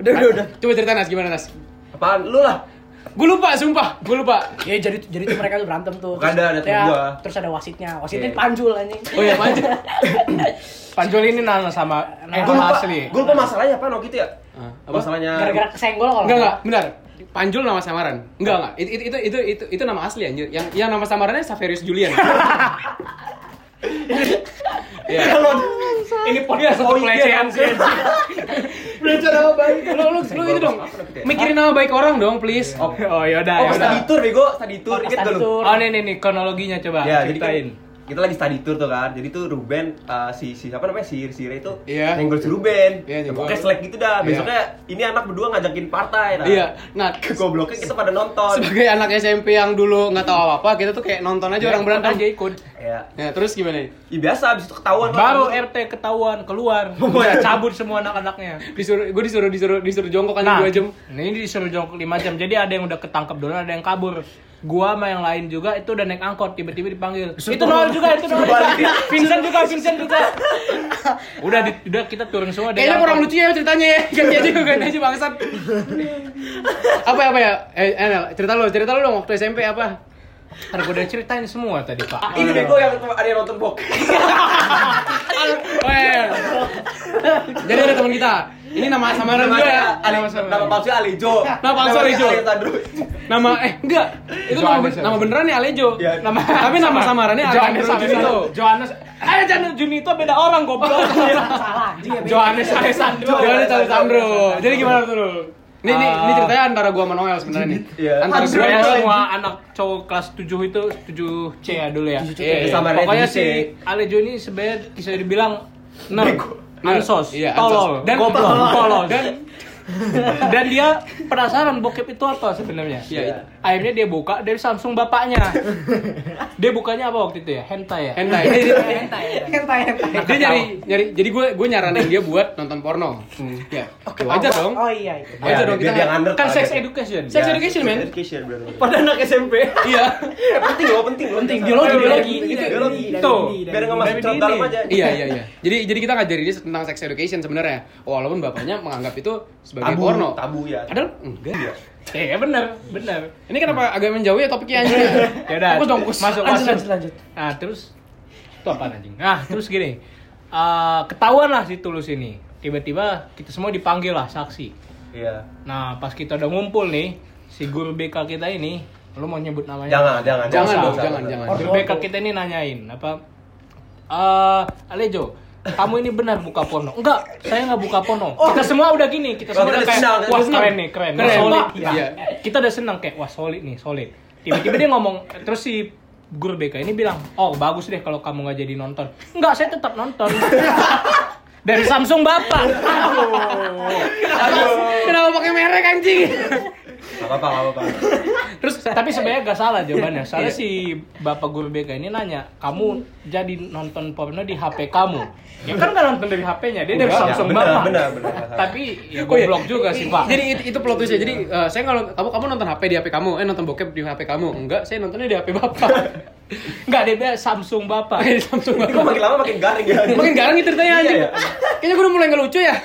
S4: Udah, udah, udah.
S3: coba ceritain Nas gimana Nas?
S1: Apaan? Lu lah.
S3: Gue lupa, sumpah, gue lupa.
S2: Ya jadi jadi tuh mereka tuh berantem tuh.
S1: Bukan, ada- ada temen
S2: ya,
S1: gua.
S2: Terus ada wasitnya. Wasitnya
S3: Iya.
S2: panjul anjing.
S3: Oh iya, maju.
S5: Panjul ini nana sama
S2: Eh,
S5: Eko
S1: Gua lupa,
S5: Hasli.
S1: gua lupa masalahnya apa waktu itu ya?
S3: Ah, apa?
S1: Masalahnya
S2: Gara-gara kesenggol kalau.
S3: Enggak enggak, benar. Panjul nama samaran. Enggak enggak. Itu itu itu itu itu, itu nama asli anjir. Yang yang nama samarannya Saverius Julian. Iya.
S4: Kalau
S5: Ini podcast satu
S4: Oh, iya.
S5: pelecehan sih.
S4: belajar apa baik?
S3: Lu lu lu itu dong.
S1: gitu ya?
S3: Mikirin nama baik orang dong, please.
S1: Oh,
S5: Oh, yaudah,
S1: oh, pas
S5: yaudah.
S1: study tour bego, study tour
S2: Pas
S1: inget gak lu?
S2: study tour.
S5: Oh, nih nih nih kronologinya coba
S1: Ya, jadi kan
S5: ceritain.
S1: kita lagi study tour tuh kan. Jadi tuh Ruben eh, si si apa namanya? Si si Ray itu
S3: Iya.
S1: nyenggol si Ruben.
S3: Iya, nyenggol.
S1: Pokoknya selek gitu dah.
S3: Iya.
S1: Besoknya ini anak berdua ngajakin partai. nah.
S3: Iya. Nah,
S1: Gobloknya kita pada nonton.
S3: sebagai anak SMP yang dulu nggak tahu apa-apa, kita tuh kayak Iya, nonton aja orang berantem.
S5: aja ikut.
S1: Ya.
S3: Ya, terus gimana?
S1: Ya, biasa abis itu ketahuan
S5: Baru
S1: kan.
S5: RT ketahuan keluar, udah cabut semua anak-anaknya.
S3: Disuruh gue disuruh disuruh disuruh jongkok anjing
S5: Nah,
S3: dua jam.
S5: ini disuruh jongkok 5 jam. Jadi ada yang udah ketangkep dulu, ada yang kabur. Gua sama yang lain juga itu udah naik angkot, tiba-tiba dipanggil. itu Noel juga, itu Noel juga. Vincent juga, Vincent juga. Udah, di- udah kita turun semua dari
S3: Kayaknya
S5: angkot.
S3: kurang lucu ya ceritanya ya. Ganti aja ganti aja bangsat. apa ya, apa ya? Eh, Enel, cerita lu, cerita lu dong waktu SMP apa?
S5: Ntar gua udah ceritain semua tadi, Pak.
S1: Ini bego yang ada yang nonton bok.
S3: Well, teman kita. Ini nama samaran gue ya.
S1: Ali,
S3: Nama samaran.
S1: nama palsu Alijo.
S3: Nama palsu Alijo.
S1: Alessandro.
S3: Nama eh enggak, itu
S5: Jo
S3: nama,
S5: Anes,
S3: ben-
S5: Anes.
S3: nama beneran nih Alejo.
S1: Ya.
S3: Nama tapi nama samarannya
S5: Johannes
S3: Alejandro Junito.
S5: Johannes eh Johannes Junito beda orang goblok
S2: Salah anjing ya.
S5: Johannes Alessandro
S3: Johannes Alejandro. Jadi gimana tuh lu? Ini, ini, ini
S5: Ah.
S3: ceritanya antara gua sama Noel sebenarnya nih.
S1: Iya.
S3: Antara
S1: Aduh,
S3: gua
S5: Sebenarnya
S1: Johannes.
S5: semua anak cowok kelas 7 itu 7C ya dulu ya.
S2: 7C.
S5: Iya, iya.
S1: Samarannya
S5: Pokoknya
S1: 7C.
S5: si Alejo ini sebenarnya bisa dibilang nerd,
S3: Nerd.
S5: ansos,
S3: Iya,
S5: tolol,
S3: ansos. Dan-
S5: goblok, polos.
S3: dan
S5: Dan dia penasaran bokep itu apa sebenarnya.
S3: Iya, iya.
S5: Akhirnya dia buka dari Samsung bapaknya. dia bukanya apa waktu itu ya? Hentai ya.
S3: hentai. Dia- dia-
S5: Hentai.
S2: Hentai hentai.
S3: Dia nyari nyari jadi gue gue nyaranin dia buat nonton porno.
S1: Hmm.
S3: Ya. Oke, wajar dong.
S2: Oh iya. iya.
S3: Wajar
S1: Ya,
S3: dong
S1: biar
S3: kita.
S1: dia under
S5: Kan
S1: lah,
S5: sex
S1: dia.
S5: education.
S3: Sex
S1: Ya,
S3: education, man.
S1: Education, bener.
S4: Pada anak SMP.
S3: Iya.
S1: Penting loh, penting. loh.
S2: Penting biologi biologi.
S1: Itu biologi.
S2: Dari
S5: Tuh.
S2: ini, dari
S1: Biar nggak
S2: ini.
S1: masuk
S5: Dari
S1: cerot
S5: dini.
S1: dalam aja.
S3: iya iya iya. Jadi jadi kita ngajarin dia tentang sex education sebenarnya. Walaupun bapaknya menganggap itu sebagai
S1: Tabu,
S3: porno.
S1: tabu ya.
S3: Padahal enggak.
S5: Iya, benar, benar.
S3: Ini kenapa agak menjauh ya topiknya anjing?
S5: Ya udah.
S3: Fokus dong, fokus.
S5: Masuk,
S2: Lanjut
S5: masuk.
S2: lanjut lanjut.
S5: Nah, terus itu apa anjing? Nah, terus gini. eh, ketahuan lah si Tulus ini. Tiba-tiba kita semua dipanggil lah saksi.
S1: Iya.
S5: Nah, pas kita udah ngumpul nih, si guru BK kita ini, lu mau nyebut namanya?
S1: Jangan, jangan.
S3: Jangan dong,
S1: usah,
S3: jangan,
S1: usah.
S3: jangan.
S5: Guru BK kita ini nanyain apa? Eh, Alejo, kamu ini benar buka porno? Enggak, saya nggak buka porno. Kita semua udah gini, kita
S1: Wah,
S5: semua udah
S1: kita
S5: kayak,
S1: senang, kita
S5: wah
S1: senang.
S5: keren nih, keren,
S3: Keren.
S5: solid.
S3: Iya.
S5: Nah, Kita udah senang kayak, wah solid nih, solid. Tiba-tiba dia ngomong, terus si guru BK ini bilang, oh bagus deh kalau kamu nggak jadi nonton. Enggak, saya tetap nonton. Dari Samsung bapak.
S3: Kenapa pakai merek anjing?
S1: Nggak apa-apa, nggak apa-apa.
S5: Terus tapi sebenarnya gak salah jawabannya. Soalnya
S3: Iya.
S5: si Bapak Guru BK ini nanya, "Kamu jadi nonton porno di HP kamu?" Ya kan gak nonton dari HP-nya, dia dari
S3: Udah,
S5: Samsung
S1: ya, benar,
S5: Bapak.
S1: benar, benar.
S5: Tapi ya
S3: Oh, iya.
S5: goblok juga sih, Pak.
S3: Jadi itu, itu plot twistnya. Jadi eh, saya kalau kamu kamu nonton HP di HP kamu, eh nonton bokep di HP kamu. Enggak, saya nontonnya di HP Bapak.
S5: Enggak, dia bilang Samsung Bapak.
S3: Pakai Oh, iya, Samsung Iya,
S1: Ini kok
S3: Bapak.
S1: makin lama makin garing ya. iya.
S3: Makin garang nih ceritanya anjing. Kayaknya gue udah mulai nggak lucu ya.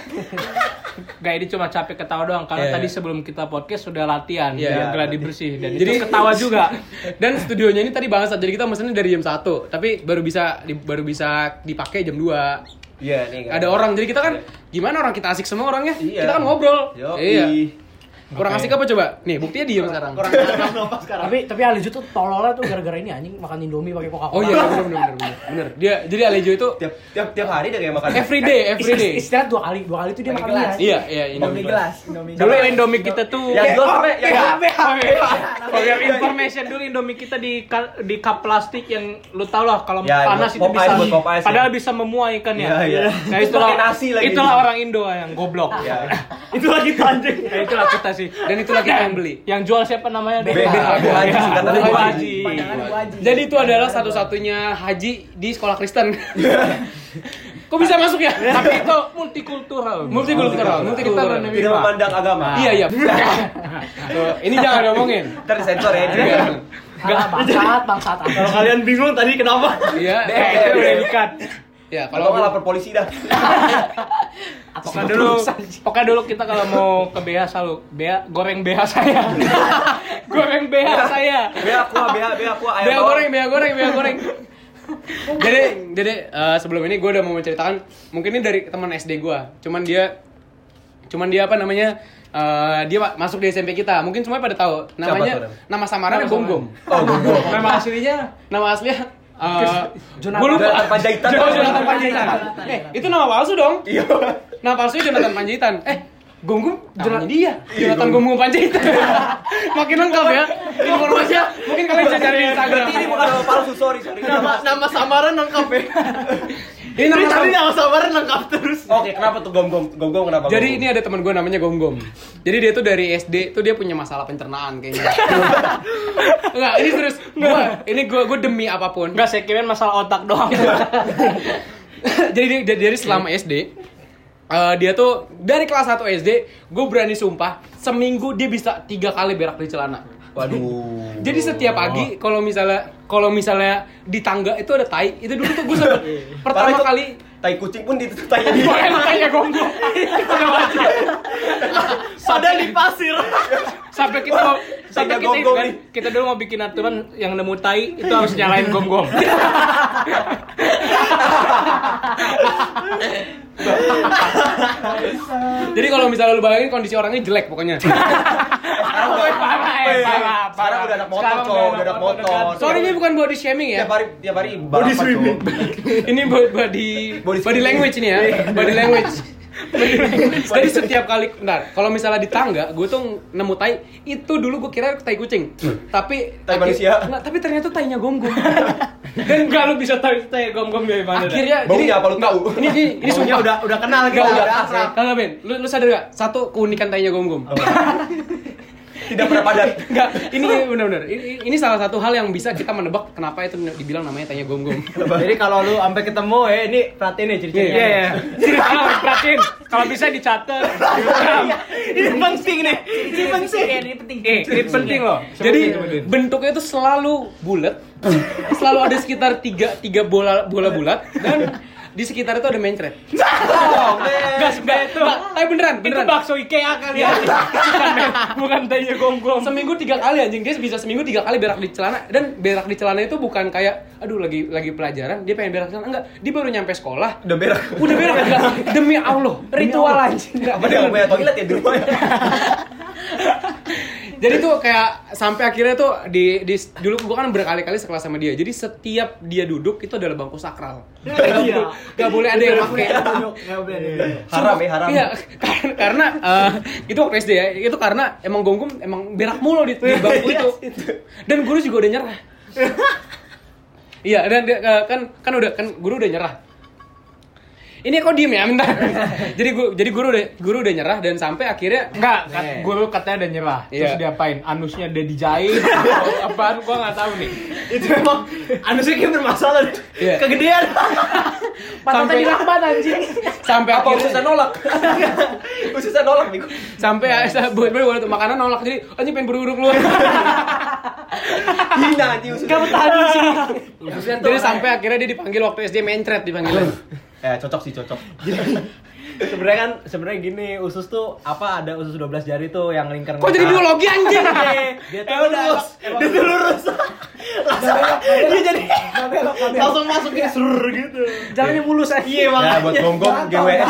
S5: Gak, ini cuma capek ketawa doang karena
S3: Iya,
S5: tadi
S3: iya.
S5: sebelum kita podcast sudah latihan
S3: Iya,
S5: biar
S1: iya.
S5: gladi bersih dan
S3: Jadi-
S5: jadi ketawa juga.
S3: Dan studionya ini tadi bangsat. Jadi kita mesennya dari jam 1, tapi baru bisa di- baru bisa dipakai jam 2.
S1: Iya, nih. kan.
S3: Ada orang. Jadi kita kan gimana orang kita asik semua orangnya?
S1: Iya.
S3: Kita kan ngobrol. Iya.
S1: Yoi.
S3: Kurang
S5: Oke.
S3: asik apa coba? Nih, buktinya diem sekarang.
S2: Tapi tapi Alijo tuh tololnya tuh gara-gara ini anjing makan Indomie pakai Coca-Cola.
S3: Oh iya, bener bener bener bener. Bener. Dia jadi Alejo itu
S1: Tiap tiap tiap hari dia kayak makan.
S3: every day, every day.
S2: Ist- Istirahat dua kali, dua kali tuh dia makan
S6: gelas.
S2: mie.
S3: Iya, iya, ini.
S6: Indomie gelas, Indomie
S5: Dulu Indomie kita tuh
S3: Iya,
S1: Yang jual sampai yang
S5: For your information dulu Indomie kita di ka- di cup plastik yang lu tau lah kalau
S1: Ya,
S5: panas itu
S1: buat Popeyes,
S5: bisa
S1: buat Popeyes,
S5: padahal
S1: ya.
S5: bisa memuai ikannya.
S1: Iya, iya.
S5: Nah,
S1: Terus
S5: itulah
S1: pakai nasi lagi.
S5: Itulah orang Indo yang goblok.
S1: Ya.
S4: Itu lagi anjing.
S5: Ya, itulah kita sih.
S3: Dan itulah kita yang beli.
S5: Yang jual siapa namanya?
S1: B- B- Bu Haji,
S5: Ya,
S1: singkatannya
S5: Bu
S1: Bu Haji.
S5: Haji.
S6: Pandangan
S5: Eh,
S6: Bu Haji.
S3: Jadi itu adalah satu-satunya haji di sekolah Kristen. Kok bisa masuk ya?
S5: Tapi itu multikultural.
S3: Multikultural,
S5: Kita
S3: multikultural.
S5: menerima.
S1: Tidak memandang agama.
S3: Iya, iya. Tuh, ini jangan diomongin.
S1: Ntar sensor ya. ini.
S3: Iya.
S2: Enggak bangsat, bangsat.
S4: Kalau kalian bingung tadi kenapa?
S3: Iya.
S5: Eh, itu udah dikat.
S3: Ya,
S1: Kalau
S3: kalau
S1: nggak lapor polisi dah.
S5: Pokoknya dulu, pokoknya dulu kita kalau mau ke BH selalu BH goreng BH saya. goreng BH saya.
S1: Bea kuah, bea bea kuah ayam.
S3: Bea
S1: bawang.
S3: goreng, bea goreng, bea goreng. jadi, jadi eh, sebelum ini gue udah mau menceritakan, mungkin ini dari teman SD gue. Cuman dia, cuman dia apa namanya? eh, dia ma- masuk di SMP kita. Mungkin semuanya pada tahu
S1: tuh
S3: namanya.
S1: namanya?
S3: Nama samaran
S5: Nama
S3: Gom Gom.
S1: Oh, goblok.
S5: Nama aslinya
S3: Nama aslinya eh
S2: Jonathan.
S3: gue lupa.
S1: Jonathan Panjaitan.
S3: Jo- Jonathan Panjaitan. Eh, itu nama palsu dong.
S1: Iya.
S3: Nama palsunya Jonathan Panjaitan. Eh, Gom Gom, Jonathan dia. Jonathan Gom Gom Panjaitan. Makin lengkap ya. Informasinya mungkin kalian bisa cari di Instagram.
S1: Berarti ini bukan nama palsu, sorry, sorry. Ini nama-
S3: nama samaran lengkap ya. ini nama
S4: Tadi
S3: samaran.
S4: nama samaran lengkap terus.
S1: Oke, kenapa tuh gom gom gom gom kenapa?
S3: Jadi ini ada teman gue namanya Gom Gom. Jadi dia tuh dari SD tuh dia punya masalah pencernaan kayaknya. Enggak, ini serius. Gua, ini gue gue demi apapun.
S5: Enggak, saya kirain masalah otak doang.
S3: jadi dia- dia- dari selama SD eh, dia tuh dari kelas 1 SD, gue berani sumpah seminggu dia bisa tiga kali berak di celana.
S1: Waduh.
S3: Jadi setiap pagi kalau misalnya kalau misalnya di tangga itu ada tai, itu dulu tuh gue sempet-
S1: Iya. Padahal
S3: pertama
S1: itu
S3: kali
S1: tai kucing pun di tai di.
S3: Pokoknya makanya gonggong.
S4: Padahal di pasir.
S5: sampai kita mau sampai
S1: Saya
S5: kita
S1: gom-gom
S5: kan,
S1: nih.
S5: kita dulu mau bikin aturan yang nemu tai itu harus nyalain gom gom
S3: Jadi kalau misalnya lu bayangin kondisi orangnya jelek pokoknya.
S1: Sekarang udah
S5: parah, eh, parah,
S1: Sekarang
S5: parah.
S1: udah anak motor,
S5: Sekarang
S1: cowok,
S5: udah
S1: udah
S5: anak
S1: anak
S5: motor,
S1: motor.
S5: kan.
S3: Sorry ini bukan body shaming ya.
S1: Tiap hari tiap hari balapan, cowok.
S3: Ini buat body
S1: Body Iya.
S3: body,
S1: shaming.
S3: language ini ya. Body language. Body language. Jadi setiap kali, bentar, kalau misalnya di tangga, gue tuh nemu tai, itu dulu gue kira tai kucing, tapi
S1: Hmm. Tai
S3: akhir-
S1: manusia.
S3: Enggak, tapi ternyata tainya gomgom. Dan gak lu bisa tai tai gomgom ya, dari mana? Akhirnya,
S1: Baunya apa lu tahu?
S3: ini ini, ini sumpah
S4: udah udah kenal
S3: Gak,
S4: kita,
S3: udah,
S4: udah akrab.
S3: Kagak, Ben. Lu, lu sadar gak? Satu, keunikan tainya gomgom.
S1: Tidak pernah padat.
S3: Enggak, ini benar-benar. Iya, Ini, ini salah satu hal yang bisa kita menebak kenapa itu dibilang namanya tainya gomgom.
S4: Jadi kalau lu sampai ketemu ya ini perhatiin nih ciri-cirinya.
S5: Iya, iya. Ciri harus perhatiin. Kalau bisa dicatat.
S3: Iya.
S5: Direkam.
S4: Ini penting nih. Ini penting.
S2: Iya,
S5: Ini penting. Eh, ini penting loh.
S3: Jadi bentuknya itu selalu bulat, selalu ada sekitar tiga tiga bola bola bulat dan di sekitar itu ada mencret.
S5: Enggak enggak itu.
S3: Enggak, tapi beneran,
S5: Nah, Itu
S3: beneran.
S5: bakso IKEA kali ya. Bukan bukan tanya gom-gom.
S3: Seminggu tiga kali anjing dia bisa seminggu tiga kali berak di celana dan berak di celana itu bukan kayak aduh lagi lagi pelajaran dia pengen berak di celana enggak dia baru nyampe sekolah
S1: Udah berak.
S3: udah berak enggak demi Allah ritual anjing
S1: Apa dia nggak punya toilet ya di rumah?
S3: jadi tuh kayak sampai akhirnya tuh di, di dulu gua kan berkali-kali sekelas sama dia jadi setiap dia duduk itu adalah bangku sakral
S4: Iya.
S3: Gak boleh ada yang pakai
S4: Nggak boleh, nggak boleh.
S1: Haram ya, haram.
S3: Iya, karena, karena eh, itu waktu SD ya, itu karena emang gonggong emang berak mulu di, di bangku Iya, itu. Dan guru juga udah nyerah. Iya, dan dia, eh, kan kan udah kan guru udah nyerah. Ini kok diem ya, bentar. jadi guru jadi guru udah guru udah nyerah dan sampai akhirnya kan?
S5: Enggak, kat, guru Kan katanya udah nyerah. Terus
S3: Eh. Iya.
S5: diapain? Anusnya udah dijahit atau apaan gua enggak tahu nih.
S4: Itu emang anusnya kayak bermasalah.
S3: Iya.
S4: Kegedean.
S2: Patahnya
S3: Sampai-
S2: dilakban anjing.
S3: sampai
S1: Apa
S3: akhirnya
S1: ususnya nolak? ususnya nolak, Biko.
S3: sampai buat buat makanan nolak jadi anjing pengen buru-buru keluar.
S1: Hina anjing ususnya.
S2: Kamu tahan sih.
S1: Ususnya
S3: jadi sampai akhirnya dia dipanggil waktu SD mencret dipanggil.
S1: Eh, cocok sih, cocok.
S4: Sebenarnya kan sebenarnya gini, usus tuh apa ada usus 12 jari tuh yang lingkar.
S3: Kok jadi biologi anjing?
S4: Dia tuh lurus. Dia tuh lurus. Langsung dia jadi langsung masuk ke serur gitu.
S2: Jalannya Iya. mulus eh. Iya. aja.
S4: Iya,
S1: Ya,
S4: makanya.
S1: buat gonggong GWS.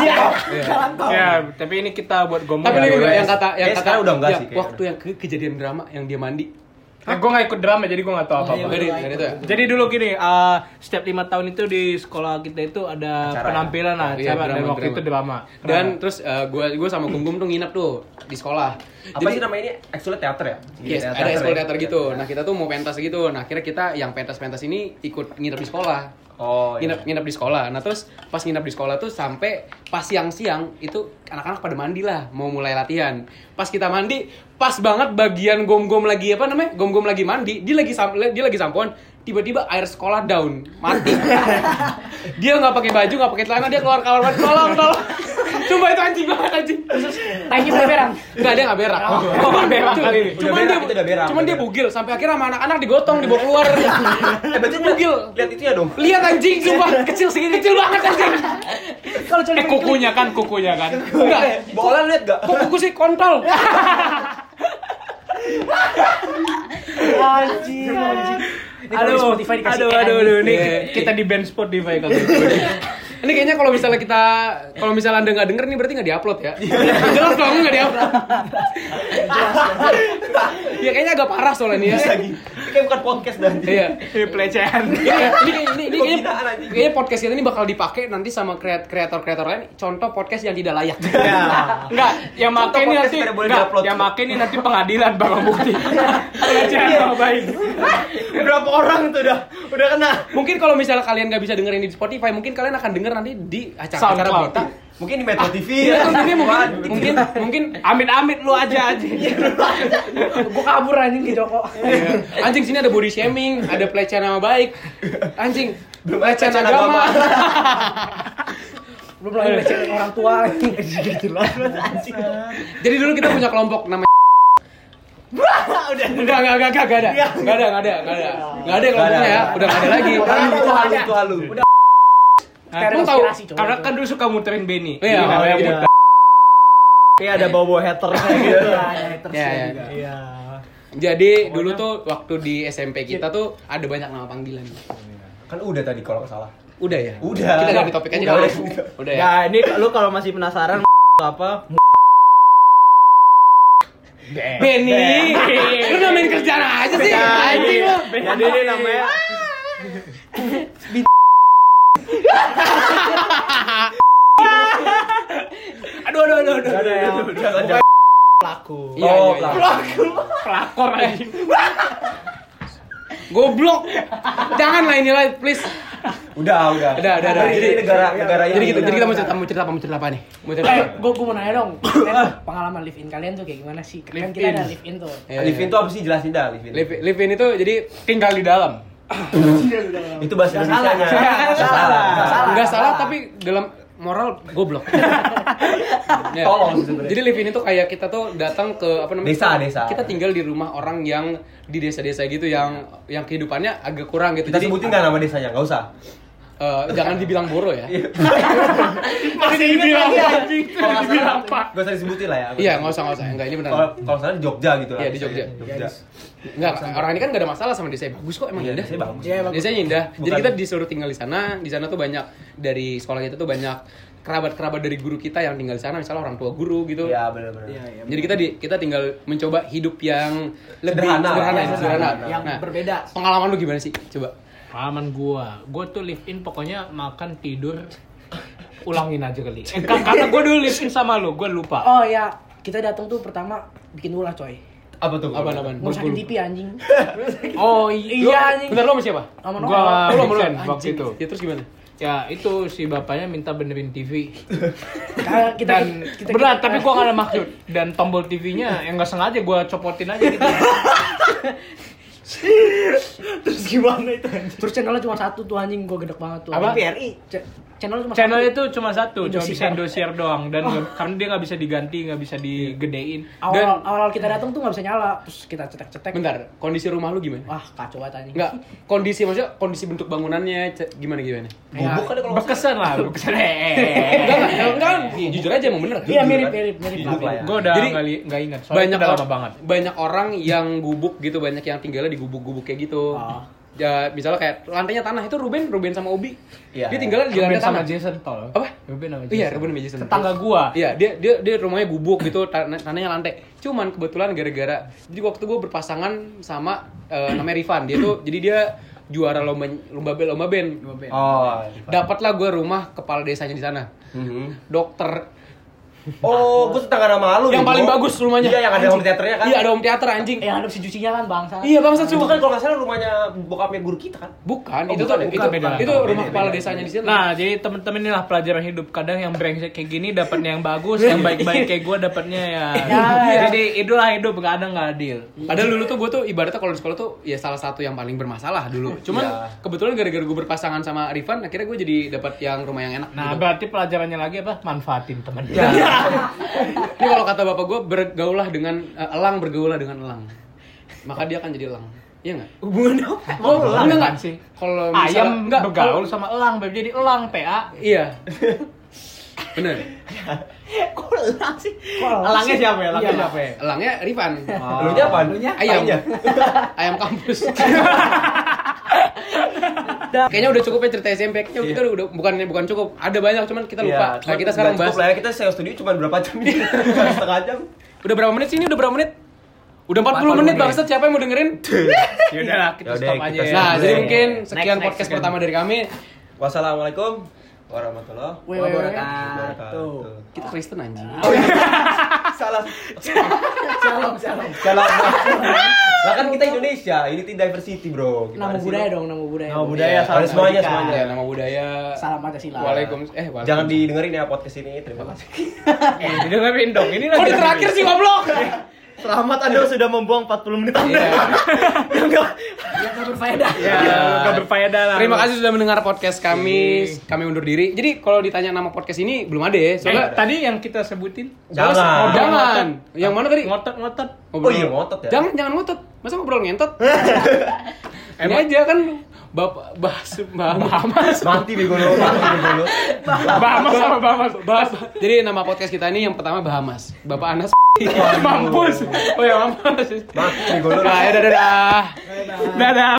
S5: Ya, tapi ini kita buat gomong.
S3: Tapi ini
S1: Enggak,
S3: juga
S1: guys.
S3: yang kata yang
S1: Kayaknya
S3: kata
S1: Eh, sekarang udah enggak
S3: ya,
S1: sih, kayaknya.
S3: Waktu yang ke kejadian drama yang dia mandi.
S5: Nah, gue gak ikut drama jadi gue gak tahu
S3: Apa
S5: apa-apa.
S1: Iya,
S3: dari dari itu ya?
S5: Jadi dulu gini, eh, setiap lima tahun itu di sekolah kita itu ada
S1: Acara ya?
S5: penampilan lah,
S3: Iya,
S5: acara, dan
S3: drama,
S5: waktu
S3: drama.
S5: itu drama.
S3: Dan terus eh, gua gua sama Gumgum tuh nginep tuh di sekolah.
S1: Apa sih namanya ini? Actually teater ya?
S3: Yes,
S1: Iya,
S3: ada sekolah
S1: ya?
S3: teater gitu. Nah, kita tuh mau pentas gitu. Nah, akhirnya kita yang pentas-pentas ini ikut nginep di sekolah.
S1: Oh, iya.
S3: nginep nginep di sekolah. Nah, terus pas nginep di sekolah tuh sampai pas siang-siang itu anak-anak pada mandi lah, mau mulai latihan. Pas kita mandi, pas banget bagian gom-gom lagi apa namanya? Gom-gom lagi mandi, dia lagi sam- dia lagi sampoan, tiba-tiba air sekolah down, mati. dia nggak pakai baju, nggak pakai celana, dia keluar kamar mandi, tolong, tolong. Cuma itu anjing banget anjing.
S2: Tanya beberang.
S3: Enggak dia enggak berak. Cuman berak
S5: kali ini.
S3: Cuman
S1: Udah Oh, berak,
S3: dia
S1: itu udah berak.
S3: Cuman dia bugil sampai akhirnya sama anak-anak digotong dibawa keluar.
S1: Eh, berarti
S3: bugil.
S1: Lihat itunya dong.
S3: Lihat anjing sumpah kecil segini kecil banget anjing.
S2: Kalau
S5: eh
S2: celana
S5: kukunya kan, kukunya kan.
S3: Enggak.
S1: Eh, bola lihat gak?
S3: Kok kuku sih kontol?
S2: anjing.
S4: Iya.
S2: anjing. Ini kalau di Spotify dikasih
S5: aduh,
S2: kayak
S5: aduh,
S2: anjing.
S5: aduh, ini
S3: Iya.
S5: kita di band Spotify gitu. kali.
S3: Ini kayaknya kalau misalnya kita kalau misalnya Anda nggak denger nih berarti nggak diupload ya.
S1: Iya.
S3: Jelas dong nggak diupload. Ya kayaknya agak parah soalnya ini ya.
S1: lagi. Ini kayak bukan podcast dan
S3: Iya.
S5: Ini pelecehan.
S3: Iya, ini ini ini kayaknya-
S1: Pembinaan anjing.
S3: kayaknya podcast kita ini bakal dipakai nanti sama kreat- kreator-kreator lain contoh podcast yang tidak layak.
S1: Ya.
S5: Enggak, yang
S1: Contoh
S5: make ini
S1: podcast
S5: nanti
S1: tidak boleh
S5: enggak,
S1: diupload.
S5: yang make ini nanti pengadilan bakal bukti. pelecehan
S1: Iya.
S5: sama baik.
S4: Berapa orang tuh udah udah kena.
S3: Mungkin kalau misalnya kalian nggak bisa dengerin di Spotify, mungkin kalian akan denger nanti di acara-acara
S5: SoundCloud.
S3: berita.
S1: Mungkin di Metro TV
S3: Iya, tuh, ini mungkin
S1: Waduh.
S3: mungkin mungkin
S5: Amit-amit lu aja aja.
S2: Gua kabur anjing ke Joko.
S3: Iya. anjing sini ada body shaming, ada pelecehan nama baik. Anjing,
S1: Belum ada
S3: pelecehan
S1: pelecehan
S3: agama.
S2: Belum lagi
S4: Eh.
S2: ngecekin orang tua.
S1: Gitu
S3: Jadi dulu kita punya kelompok namanya udah udah enggak enggak enggak ada. Enggak ada, enggak ada, enggak ada. Enggak ada kelompoknya ya, udah enggak ada lagi. Nah,
S1: Halu itu halu itu halu. Udah.
S5: Lu tahu,
S2: Konspirasi, coba.
S5: karena kan dulu suka muterin Benny. Jadi
S3: Iya,
S5: namanya
S3: iya.
S5: muter.
S4: Kayak ada bawa-bawa hater gitu.
S3: Ya, ya.
S4: Iya.
S3: Jadi dulu tuh waktu di SMP kita tuh ada banyak nama panggilan.
S1: Kan udah tadi kalau nggak salah.
S3: Udah ya?
S1: Udah.
S3: Kita ganti topik aja
S1: Udah.
S3: kali. Udah ya.
S4: Ya, ini lu kalau masih penasaran
S5: apa?
S3: Benny, lu namain kerjaan aja sih. Anjing lu.
S4: Jadi ini namanya
S5: Aduh aduh aduh aduh.
S4: ada yang
S3: Iya, iya,
S1: Oh,
S3: iya.
S1: pelak.
S5: Pelakor aja.
S3: Goblok. Jangan lah ini live, please.
S1: Udah, udah.
S3: Udah, udah, udah.
S1: Jadi negara negara
S3: Jadi gitu, jadi kita mau
S1: Negara.
S3: cerita, mau cerita apa, mau cerita apa nih? Mau cerita
S2: Eh,
S3: apa?
S2: gua, gua mau nanya dong,
S4: Eh.
S2: kalian pengalaman live in kalian tuh kayak gimana sih? Kan kita
S3: Live-in.
S2: ada live in tuh.
S3: Iya,
S1: Livin
S3: iya.
S1: tuh apa sih jelasin dah Livin.
S3: Live, live in itu jadi tinggal di dalam.
S1: Itu bahasa Indonesia nya.
S4: Salah.
S2: Salah.
S3: Enggak salah, tapi dalam moral goblok. Ya.
S1: Tolong sebenarnya.
S3: Jadi live in itu kayak kita tuh datang ke apa namanya?
S1: Desa, desa.
S3: Kita tinggal di rumah orang yang di desa-desa gitu yang yang kehidupannya agak kurang gitu.
S1: Kita sebutin nggak nama desanya? Gak usah.
S3: eh, jangan dibilang boro ya.
S1: Iya.
S5: Masih dibilang anjing.
S1: Kalau nggak salah,
S5: Dibilang pak.
S1: Gak usah disebutin lah ya.
S3: Iya, nggak usah nggak usah. Enggak, ini benar.
S1: Kalau kalau salah di Jogja gitu lah.
S3: Iya, di Jogja.
S1: Jogja.
S3: Enggak, orang ini kan gak ada masalah sama desa. Bagus kok emang
S1: Iya,
S3: indah.
S1: desanya bagus.
S2: Iya, bagus.
S3: Desanya indah. Jadi
S1: Bukan-
S3: kita disuruh tinggal di sana. Di sana tuh banyak dari sekolah kita tuh banyak kerabat-kerabat dari guru kita yang tinggal di sana, misalnya orang tua guru gitu.
S1: Iya, benar-benar.
S3: Jadi kita di, kita tinggal mencoba hidup yang lebih
S1: Sederhana.
S3: sederhana,
S1: Iya,
S3: sederhana. Nah,
S1: sederhana.
S2: Yang
S5: Nah.
S2: berbeda.
S3: Pengalaman lu gimana sih? Coba.
S5: Pengalaman gua, gua tuh live in pokoknya makan tidur ulangin aja kali. Eh, ka- karena gua dulu live in sama lu, gua lupa.
S2: Oh ya, kita datang tuh pertama bikin ulah coy.
S1: Apa tuh?
S3: Apaan apaan?
S2: Mau sakit TV anjing.
S5: Oh i-
S2: Iya,
S5: lu-
S2: anjing.
S5: Bentar lu sama siapa?
S2: Sama
S5: gua lu
S2: Noel.
S3: Lu
S5: sama
S3: mau
S5: Noel waktu itu.
S3: Ya terus gimana?
S5: Ya itu si bapaknya minta benerin TV
S2: Kita kita,
S5: dan
S2: kita-
S5: berat
S2: kita-
S5: tapi gua gak ada maksud dan tombol TV-nya yang nggak sengaja gua copotin aja gitu.
S4: terus gimana itu?
S2: Terus channelnya cuma satu tuh anjing, gua gedek banget tuh.
S5: Apa?
S4: PRI.
S2: Ch- channelnya cuma
S5: Channel
S2: satu.
S5: itu cuma satu, cuma
S2: Indosiar.
S5: bisa Indosiar doang dan
S2: Oh.
S5: nggak- karena dia nggak bisa diganti, nggak
S2: Iya.
S5: bisa digedein.
S2: awal
S3: Dan-
S2: awal kita datang tuh nggak bisa nyala, terus kita cetek-cetek.
S3: Bentar, kondisi rumah lu gimana?
S2: Wah, kacau banget anjing.
S3: Enggak, kondisi maksudnya kondisi bentuk bangunannya ce- gimana gimana?
S1: Bubuk kan
S3: Iya,
S1: kalau nggak
S5: Bekesan lah, bekesan.
S3: Eh, Enggak, enggak, enggak, jujur aja emang bener.
S2: Iya,
S1: Jujur,
S2: mirip
S1: kan?
S2: mirip mirip.
S1: Jujur lah ya.
S5: Gue udah
S3: Jadi,
S5: nggak li- nggak ingat. Soalnya
S3: banyak
S5: udah lama
S3: or-
S5: banget.
S3: banyak orang yang gubuk gitu banyak yang tinggalnya di gubuk-gubuk kayak gitu
S2: Ah.
S3: ya misalnya kayak lantainya tanah itu Ruben Ruben sama Obi
S1: Iya.
S3: dia tinggalnya di
S5: Ruben
S3: lantai
S5: sama
S3: tanah
S5: Jason tol.
S3: Apa?
S5: Ruben sama Jason.
S3: iya Ruben sama Jason
S5: Tetangga gua.
S3: Iya, dia dia dia rumahnya gubuk gitu, tan- tanahnya lantai. Cuman kebetulan gara-gara jadi waktu gue berpasangan sama eh, namanya Rifan. Dia tuh jadi dia juara lomba lomba band, lomba band.
S1: Oh.
S3: Dapatlah gue rumah kepala desanya di sana.
S1: Mhm.
S3: Dokter
S1: Oh, gue tetangga sama lu. Bimo.
S3: yang paling bagus rumahnya.
S1: Iya, yang ada home teaternya kan.
S3: Iya, ada om teater anjing.
S2: Yang ada si Jucinya kan bangsa.
S3: Iya, bangsa
S1: Itu
S3: cuma
S1: kan kalau nggak salah rumahnya bokapnya guru kita kan.
S3: Bukan,
S1: Oh,
S3: itu
S1: bukan ya?
S3: tuh itu
S1: Bukan, beda.
S3: itu
S1: Beda,
S3: rumah
S1: beda,
S3: kepala
S1: beda.
S3: desanya di situ.
S5: Nah, jadi temen-temen inilah pelajaran hidup. Kadang yang brengsek kayak gini dapatnya yang bagus, yang baik-baik kayak gua dapatnya ya.
S3: Iya.
S5: Jadi itulah hidup, gak ada nggak adil.
S3: Padahal dulu tuh gue tuh ibaratnya kalau di sekolah tuh ya salah satu yang paling bermasalah dulu. Cuman
S1: Iya.
S3: kebetulan gara-gara gue berpasangan sama Rifan, akhirnya gue jadi dapat yang rumah yang enak.
S5: Nah,
S3: gitu.
S5: berarti pelajarannya lagi apa? Manfaatin temen.
S3: Iya. Ya.
S1: Iya.
S3: Ini kalau kata bapak gue bergaulah dengan eh, elang bergaulah dengan elang, maka dia akan jadi elang. Iya nggak?
S1: Hubungan apa?
S5: Oh, elang kan
S3: enggak.
S5: sih?
S3: Kalau misalnya-
S5: Ayam
S3: enggak,
S5: bergaul
S3: kalau-
S5: sama elang, beb. Jadi elang PA.
S3: Iya. Bener.
S4: Eh, Kok elang sih?
S2: Elangnya
S5: siapa
S2: ya? Elangnya
S5: siapa ya?
S3: Elangnya Rifan.
S1: Lu nya apa? Lu
S3: Ayam. Ayam kampus. Kayaknya udah cukup ya cerita SMP. Kayaknya
S5: Iya.
S3: kita udah bukan bukan cukup. Ada banyak cuman kita lupa. nah, kita sekarang bahas.
S1: Lah, ya. kita sales studio cuma berapa jam ini? Satu setengah jam.
S3: Udah berapa menit sih ini? Udah berapa menit? Udah
S5: 40
S3: 40, menit
S5: menit.
S3: bangsat siapa yang mau dengerin?
S5: Ya udahlah, kita
S1: Yaudah,
S5: stop
S1: kita
S5: aja. ya.
S1: stop
S3: Nah,
S1: Boleh.
S3: jadi mungkin sekian
S5: Next, next,
S3: podcast
S5: next.
S3: pertama dari kami.
S1: Wassalamualaikum warahmatullahi wabarakatuh.
S3: Kita Kristen anjing.
S1: Salah. Salam, salam. Salam. Lah kan kita Indonesia, ini tim diversity, Bro. Gimana
S2: Nama
S1: sih,
S2: budaya
S1: lu?
S2: dong, nama budaya.
S4: Nama budaya,
S1: Iya, ada
S4: salam
S1: semuanya,
S4: merdeka.
S1: semuanya.
S3: Ya, nama budaya.
S2: Salam Pancasila.
S3: Waalaikum eh waalaikum.
S1: Jangan didengerin ya podcast ini. Terima kasih.
S5: Eh, dengerin dong. Ini
S3: Kok Oh, di terakhir sih goblok.
S4: Selamat Anda sudah membuang 40 menit Anda.
S3: Iya.
S2: Ya nggak berfaedah.
S5: Ya, gak berfaedah lah.
S3: Terima kasih sudah mendengar podcast kami. Kami undur diri. Jadi kalau ditanya nama podcast ini belum ada ya.
S5: Eh,
S3: Soalnya
S5: tadi yang kita sebutin
S1: Jangan.
S3: jangan. Yang mana tadi?
S5: ngotot-ngotot.
S1: Oh iya, ngotot ya.
S3: Jangan jangan ngotot. Masa ngobrol ngentot? Ini aja kan Bapak bahas bahas
S1: Mati bego lu, mati bego lu.
S5: Bahamas sama Bahamas.
S3: bahas. Jadi nama podcast kita ini yang pertama Bahamas. Bapak Anas
S5: Mampus. Oh ya, mampus.
S1: Mati bego lu.
S3: Nah, ya dadah.
S5: Dadah.